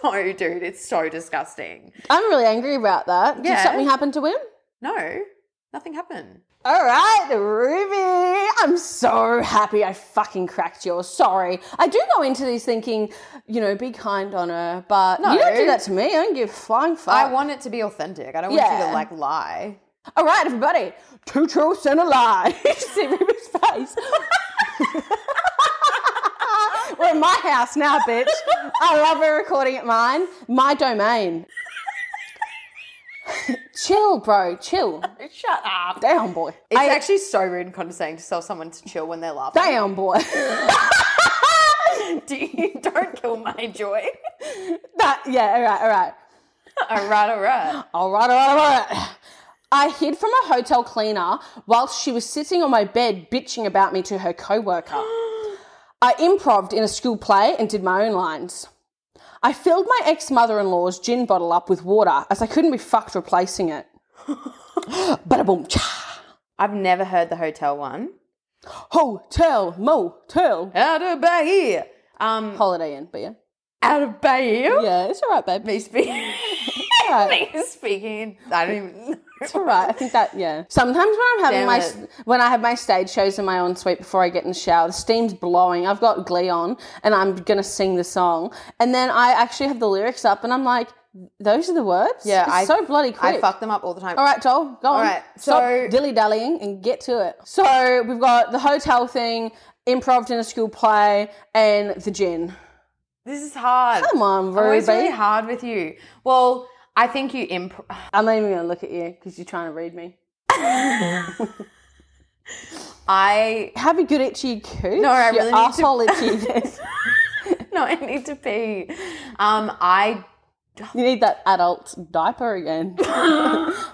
B: No, dude, it's so disgusting.
C: I'm really angry about that. Did
B: Yeah.
C: something happen to him?
B: No, nothing happened.
C: All right, Ruby. I'm so happy I fucking cracked yours. Sorry, I do go into these thinking, you know, be kind on her, but you don't do that to me. I don't give a flying fuck.
B: I want it to be authentic. I don't want you
C: Yeah.
B: to like lie.
C: All right, everybody, two truths and a lie. You should See Ruby's face. We're in my house now, bitch. I love her recording at mine, my domain. chill, bro, chill.
B: Shut up.
C: Down, boy.
B: It's
C: I-
B: actually so rude and condescending to tell someone to chill when they're laughing.
C: Damn, boy.
B: Do you, don't kill my joy.
C: that, yeah, all right, all right.
B: all right, all right.
C: All right, all right, all right. I hid from a hotel cleaner whilst she was sitting on my bed bitching about me to her coworker. I improved in a school play and did my own lines. I filled my ex mother in law's gin bottle up with water as I couldn't be fucked replacing it. Bada boom, cha.
B: I've never heard the hotel one.
C: Hotel, motel.
B: Out of Bahia. Um,
C: Holiday Inn, but yeah.
B: out of Bahia.
C: Yeah, it's all right, babe.
B: Me speaking.
C: All right.
B: Me speaking. I don't even.
C: It's all right. I think that yeah. Sometimes when I'm having
B: Damn
C: my
B: it.
C: when I have my stage shows in my own suite before I get in the shower, the steam's blowing. I've got Glee on, and I'm gonna sing the song, and then I actually have the lyrics up, and I'm like, those are the words.
B: Yeah,
C: it's
B: I-
C: so bloody quick.
B: I fuck them up all the time.
C: All right, Joel, go on.
B: right, so-
C: Stop dilly dallying and get to it. So we've got the hotel thing, improv in a school play, and the gin.
B: This is hard.
C: Come on,
B: I'm always
C: Ruby.
B: really hard with you. Well, I think you imp.
C: I'm not even gonna look at you because you're trying to read me.
B: I
C: Have a good itchy cooch. No,
B: I
C: Your
B: really need to-
C: asshole itchy.
B: no, I need to pee. Um, I
C: You need that adult diaper again.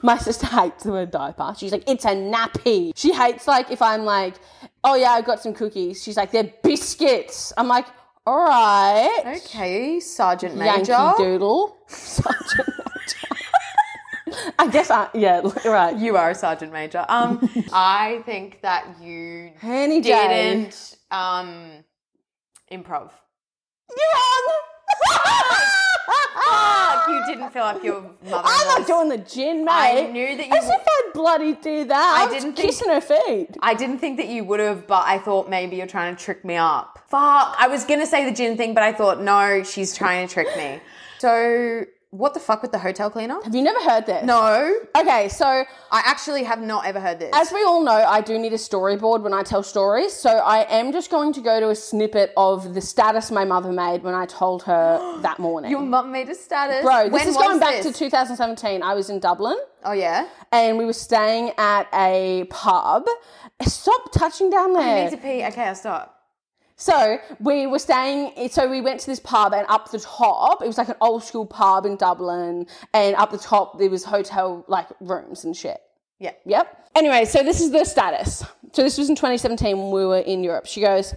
C: My sister hates the word diaper. She's like, it's a nappy. She hates like if I'm like, oh yeah, I got some cookies. She's like, they're biscuits. I'm like, all right,
B: okay, Sergeant Major.
C: Yankee Doodle. Sergeant Major. I guess I yeah l- right.
B: You are a Sergeant Major. Um, I think that you
C: Any day.
B: didn't um improv.
C: You're wrong.
B: Fuck, you didn't fill up your mother.
C: I'm not doing the gin, mate.
B: I knew that you
C: As if I'd bloody do that.
B: I
C: I, was
B: didn't think-
C: kissing her feet.
B: I didn't think that you would have, but I thought maybe you're trying to trick me up. Fuck, I was gonna say the gin thing, but I thought no, she's trying to trick me. So what the fuck with the hotel cleaner?
C: Have you never heard this?
B: No,
C: Okay, so
B: I actually have not ever heard this.
C: As we all know, I do need a storyboard when I tell stories, so I am just going to go to a snippet of the status my mother made when I told her that morning.
B: Your mum made a status.
C: Bro, this
B: When
C: is going
B: was
C: back
B: this?
C: to 2017. I was in Dublin
B: Oh yeah.
C: and we were staying at a pub. Stop touching down
B: I
C: there.
B: Uh, need to pee. Okay, I'll stop.
C: So we were staying. So we went to this pub, and up the top, it was like an old school pub in Dublin, and up the top there was hotel like rooms and shit.
B: Yeah.
C: Yep. Anyway, so this is the status. So this was in 2017 when we were in Europe. She goes,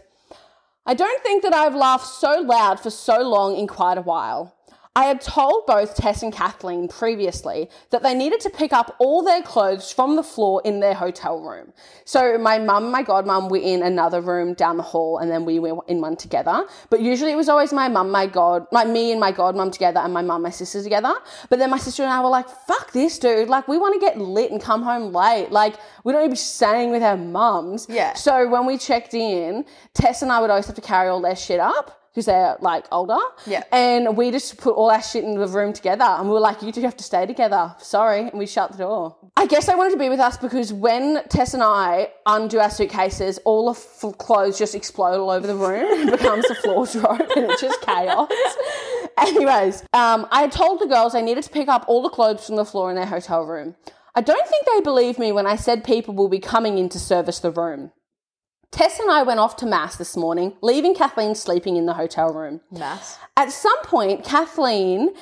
C: I don't think that I've laughed so loud for so long in quite a while. I had told both Tess and Kathleen previously that they needed to pick up all their clothes from the floor in their hotel room. So my mum and my godmum were in another room down the hall and then we were in one together. But usually it was always my mum, my god, like me and my godmum together and my mum, my sister together. But then my sister and I were like, fuck this dude. Like we want to get lit and come home late. Like we don't need to be staying with our mums.
B: Yeah.
C: So when we checked in, Tess and I would always have to carry all their shit up because they're like older.
B: Yeah.
C: And we just put all our shit in the room together and we were like, you two have to stay together. Sorry. And we shut the door. I guess they wanted to be with us because when Tess and I undo our suitcases, all the f- clothes just explode all over the room and becomes a floor drop and it's just chaos. Anyways, um, I told the girls I needed to pick up all the clothes from the floor in their hotel room. I don't think they believed me when I said people will be coming in to service the room. Tess and I went off to Mass this morning, leaving Kathleen sleeping in the hotel room.
B: Mass.
C: At some point, Kathleen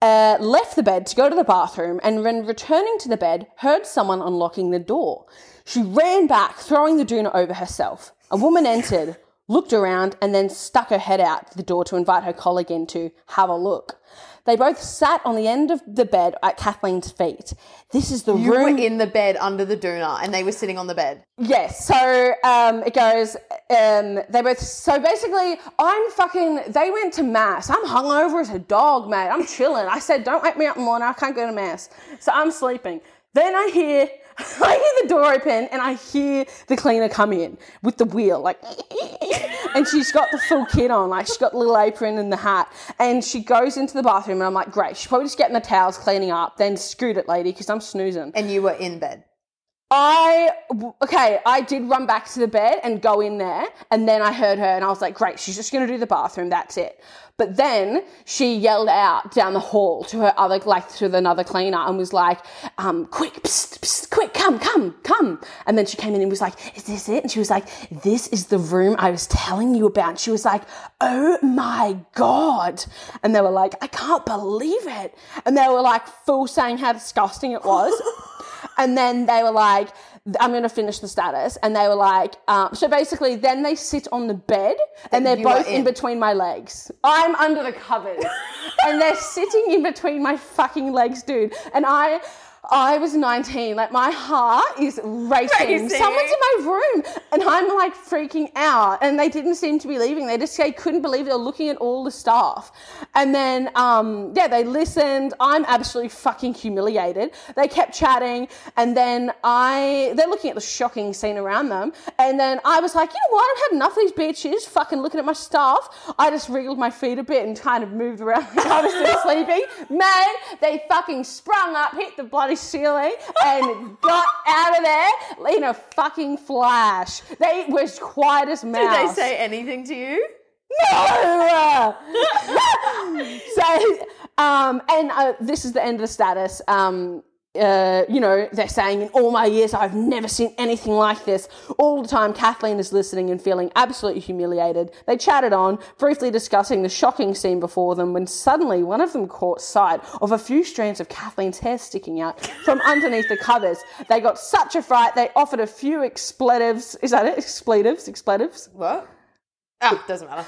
C: uh, left the bed to go to the bathroom and, when returning to the bed, heard someone unlocking the door. She ran back, throwing the doona over herself. A woman entered, looked around, and then stuck her head out the door to invite her colleague in to have a look. They both sat on the end of the bed at Kathleen's feet. This is the
B: You
C: room.
B: were in the bed under the doona and they were sitting on the bed.
C: Yes. So um, it goes. Um, they both. So basically, I'm fucking. They went to mass. I'm hungover as a dog, mate. I'm chilling. I said, don't wake me up in the morning. I can't go to mass. So I'm sleeping. Then I hear. I hear the door open and I hear the cleaner come in with the wheel, like, and she's got the full kit on, like she's got the little apron and the hat, and she goes into the bathroom and I'm like, great, she's probably just getting the towels, cleaning up, then screwed it, lady, because I'm snoozing.
B: And you were in bed.
C: I okay, I did run back to the bed and go in there, and then I heard her, and I was like, "Great, she's just gonna do the bathroom. That's it." But then she yelled out down the hall to her other, like to the another cleaner, and was like, um, "Quick, psst, psst, quick, come, come, come!" And then she came in and was like, "Is this it?" And she was like, "This is the room I was telling you about." And she was like, "Oh my god!" And they were like, "I can't believe it!" And they were like, full saying how disgusting it was. And then they were like, I'm going to finish the status. And they were like, um, so basically, then they sit on the bed and they're
B: you are
C: both in.
B: in.
C: between my legs. I'm under the covers and they're sitting in between my fucking legs, dude. And I. I was 19, like my heart is racing.
B: Racing.
C: Someone's in my room and I'm like freaking out. And they didn't seem to be leaving. They just they couldn't believe they were looking at all the staff. And then um, yeah, they listened. I'm absolutely fucking humiliated. They kept chatting, and then I they're looking at the shocking scene around them. And then I was like, you know what? I've had enough of these bitches fucking looking at my staff. I just wriggled my feet a bit and kind of moved around like I was still sleeping. Man, they fucking sprung up, hit the bloody ceiling, and got out of there in a fucking flash. They was quiet as
B: Did
C: mouse.
B: they say anything to you?
C: No! so, um, and uh, this is the end of the status. Um, uh, you know, they're saying in all my years I've never seen anything like this. All the time, Kathleen is listening and feeling absolutely humiliated. They chatted on, briefly discussing the shocking scene before them when suddenly one of them caught sight of a few strands of Kathleen's hair sticking out from underneath the covers. They got such a fright, they offered a few expletives. Is that it? Expletives? Expletives?
B: What? Ah, doesn't matter.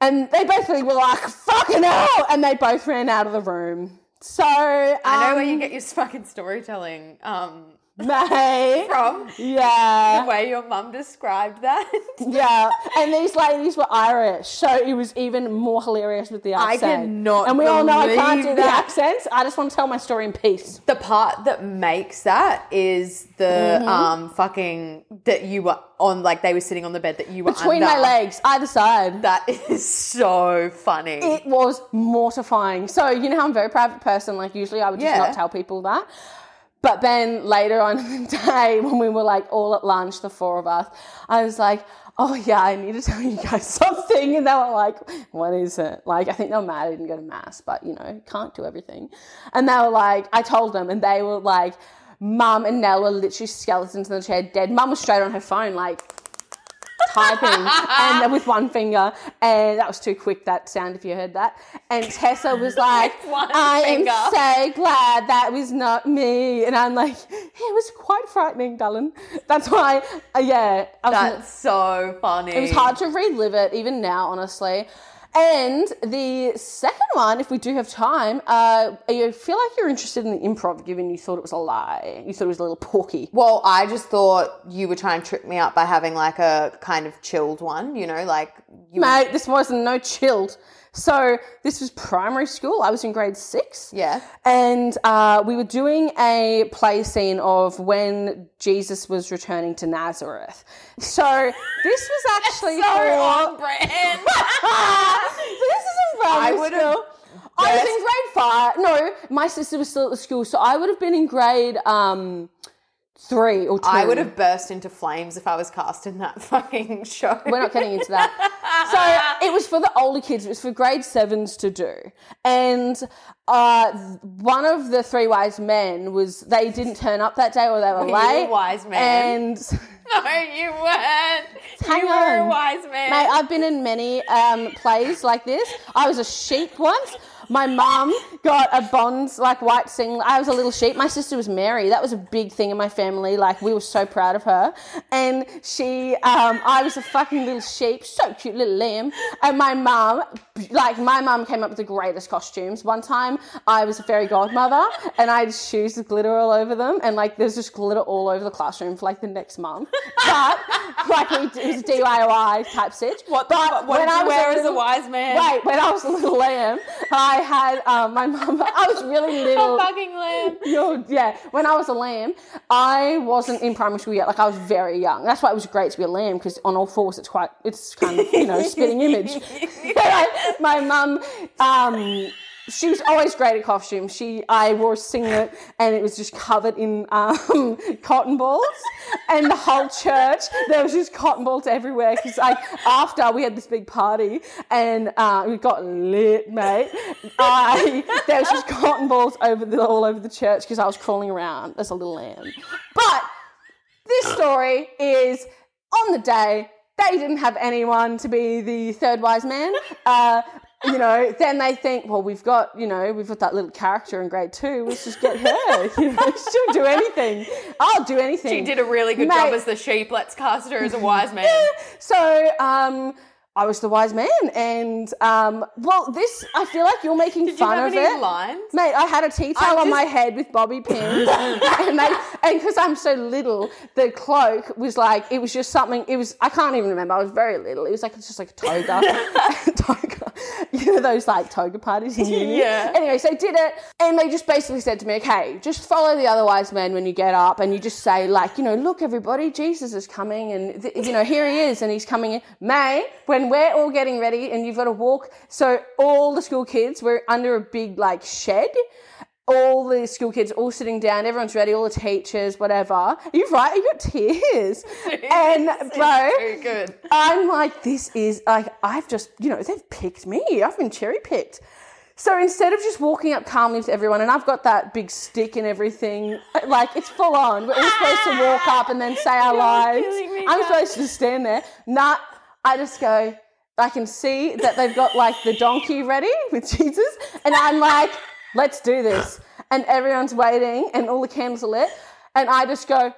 C: And they basically were like, fucking hell! And they both ran out of the room. So, um,
B: I know where you get your fucking storytelling um,
C: mate.
B: from. The
C: Yeah.
B: way your mum described that.
C: Yeah. And these ladies were Irish. So it was even more hilarious with the
B: I
C: accent.
B: cannot
C: And we all know I can't do
B: believe
C: the
B: that.
C: accents. I just want to tell my story in peace.
B: the part that makes that is the um fucking that you were on like they were sitting on the bed that you were
C: Between
B: under.
C: my legs, either side.
B: That is so funny.
C: it was mortifying. So you know how I'm a very private person. Like usually I would just
B: Yeah.
C: not tell people that. But then later on in the day, when we were like all at lunch, the four of us, I was like, "Oh yeah, I need to tell you guys something." And they were like, "What is it?" Like I think they were mad I didn't go to mass, but you know, can't do everything. And they were like, "I told them," and they were like, "Mum and Nell were literally skeletons in the chair, dead. Mum was straight on her phone, like." typing and with one finger. And that was too quick, that sound, if you heard that. And Tessa was like,
A: one
C: I
A: finger.
C: am so glad that was not me. And I'm like, it was quite frightening, darling. That's why, uh, yeah. I was-
B: That's so funny.
C: it was hard to relive it even now, honestly. And the second one, if we do have time, uh, you feel like you're interested in the improv given you thought it was a lie. You thought it was a little porky.
B: Well, I just thought you were trying to trip me up by having like a kind of chilled one, you know, like you
C: Mate, this wasn't no chilled. So this was primary school. I was in grade six.
B: Yeah.
C: And uh, we were doing a play scene of when Jesus was returning to Nazareth. So this was actually for-
A: brand.
C: this isn't primary I
B: I would've
C: school. I was
B: guessed-
C: in grade five. No, my sister was still at the school, so I would have been in grade um three or two.
B: I would have burst into flames if I was cast in that fucking show.
C: We're not getting into that. So it was for the older kids. It was for grade sevens to do. And uh, one of the three wise men was they didn't turn up that day or they were
B: you a
C: late.
B: wise man?
C: And
A: no, you weren't.
C: Hang
A: you were a
C: on.
A: wise man.
C: Mate, I've been in many um, plays like this. I was a sheep once. My mum got a bond like white singlet. I was a little sheep. My sister was Mary. That was a big thing in my family. Like we were so proud of her. And she, um, I was a fucking little sheep, so cute, little lamb. And my mum, like my mum, came up with the greatest costumes. One time, I was a fairy godmother, and I had shoes with glitter all over them, and like there's just glitter all over the classroom for like the next month. But like we, it was a DIY type sitch.
A: what the,
C: but
A: what did you wear as a wise man?
C: Wait, when I was a little lamb, I had um, my mum. I was really
A: A
C: little.
A: fucking lamb.
C: Yo, yeah, when I was a lamb, I wasn't in primary school yet. Like I was very young. That's why it was great to be a lamb because on all fours, it's quite, it's kind of you know spitting image. my mum, um, she was always great at costumes. She, I wore a singlet and it was just covered in um, cotton balls, and the whole church there was just cotton balls everywhere. Because like after we had this big party and uh, we got lit, mate. I there was just cotton balls over the, all over the church because I was crawling around as a little lamb. But this story is on the day they didn't have anyone to be the third wise man. Uh, you know, then they think, well, we've got, you know, we've got that little character in grade two. Let's just get her. You know, she'll do anything. I'll do anything.
A: She did a really good
C: Mate.
A: job as the sheep. Let's cast her as a wise man.
C: So, um, I was the wise man, and um, well, this I feel like you're making
A: Do you
C: fun
A: have
C: of
A: any
C: it.
A: lines?
C: Mate, I had a tea towel
A: I'm
C: on my
A: just-
C: head with bobby pins, and mate, and because I'm so little, the cloak was like it was just something. It was I can't even remember. I was very little. It was like it's just like a toga, toga. You know those like toga parties in uni.
A: Yeah.
C: Anyway, so I did it, and they just basically said to me, "Okay, just follow the other wise men when you get up, and you just say like, you know, look, everybody, Jesus is coming, and th- you know, here he is, and he's coming in May when we're all getting ready, and you've got to walk. So all the school kids were under a big like shed." all the school kids all sitting down, everyone's ready, all the teachers, whatever. Are you right? You got tears. and bro,
A: Very good.
C: I'm like, this is like I've just, you know, they've picked me. I've been cherry picked. So instead of just walking up calmly to everyone, and I've got that big stick and everything, like it's full on. We're all supposed to walk up and then say our
A: You're
C: lives.
A: killing me,
C: I'm
A: Kat.
C: supposed to stand there. Nah, I just go. I can see that they've got like the donkey ready with Jesus, and I'm like, let's do this. And everyone's waiting, and all the candles are lit, and I just go,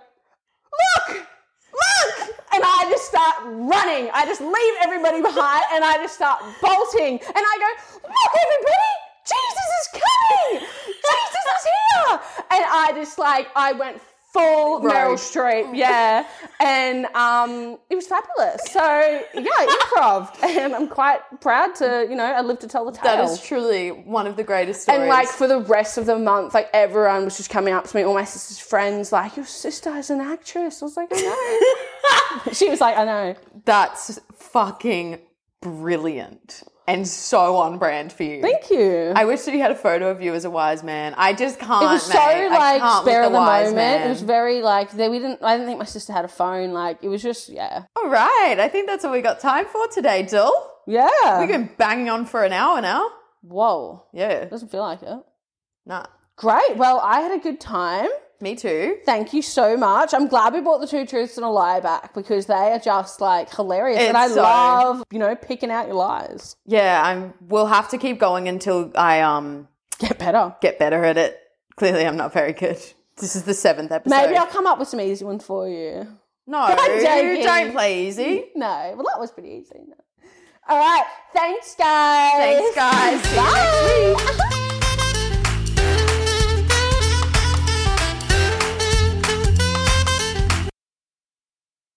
C: look, look! And I just start running. I just leave everybody behind and I just start bolting. And I go, look, everybody! Jesus is coming! Jesus is here! And I just like, I went full Meryl
B: Rogue.
C: Streep, yeah. And um, it was fabulous. So, yeah, improv. And I'm quite proud to, you know, I live to tell the tale.
B: That is truly one of the greatest stories.
C: And like for the rest of the month, like everyone was just coming up to me, all my sister's friends, like, Your sister is an actress. I was like, I know. she was like, I know.
B: that's fucking brilliant and so on brand for you.
C: Thank you.
B: I wish that you had a photo of you as a wise man. I just can't.
C: it was so
B: mate. I
C: like
B: can't with
C: spare of the
B: wise
C: moment.
B: Man.
C: It was very like there we didn't I didn't think my sister had a phone, like it was just yeah.
B: all right. I think that's all we got time for today, Dill.
C: Yeah.
B: We've been banging on for an hour now.
C: Whoa.
B: Yeah.
C: Doesn't feel like it.
B: Nah.
C: Great. Well, I had a good time.
B: Me too.
C: Thank you so much. I'm glad we brought the two truths and a lie back because they are just like hilarious. and
B: It's
C: I
B: so-
C: love, you know, picking out your lies.
B: Yeah, I'm. We'll have to keep going until I um
C: Get better.
B: get better at it. Clearly, I'm not very good. This is the seventh episode.
C: Maybe I'll come up with some easy ones for you.
B: no.
C: joking.
B: Don't play easy.
C: No, well, that was pretty easy. No. All right. Thanks, guys.
B: Thanks, guys. See you next
C: Bye.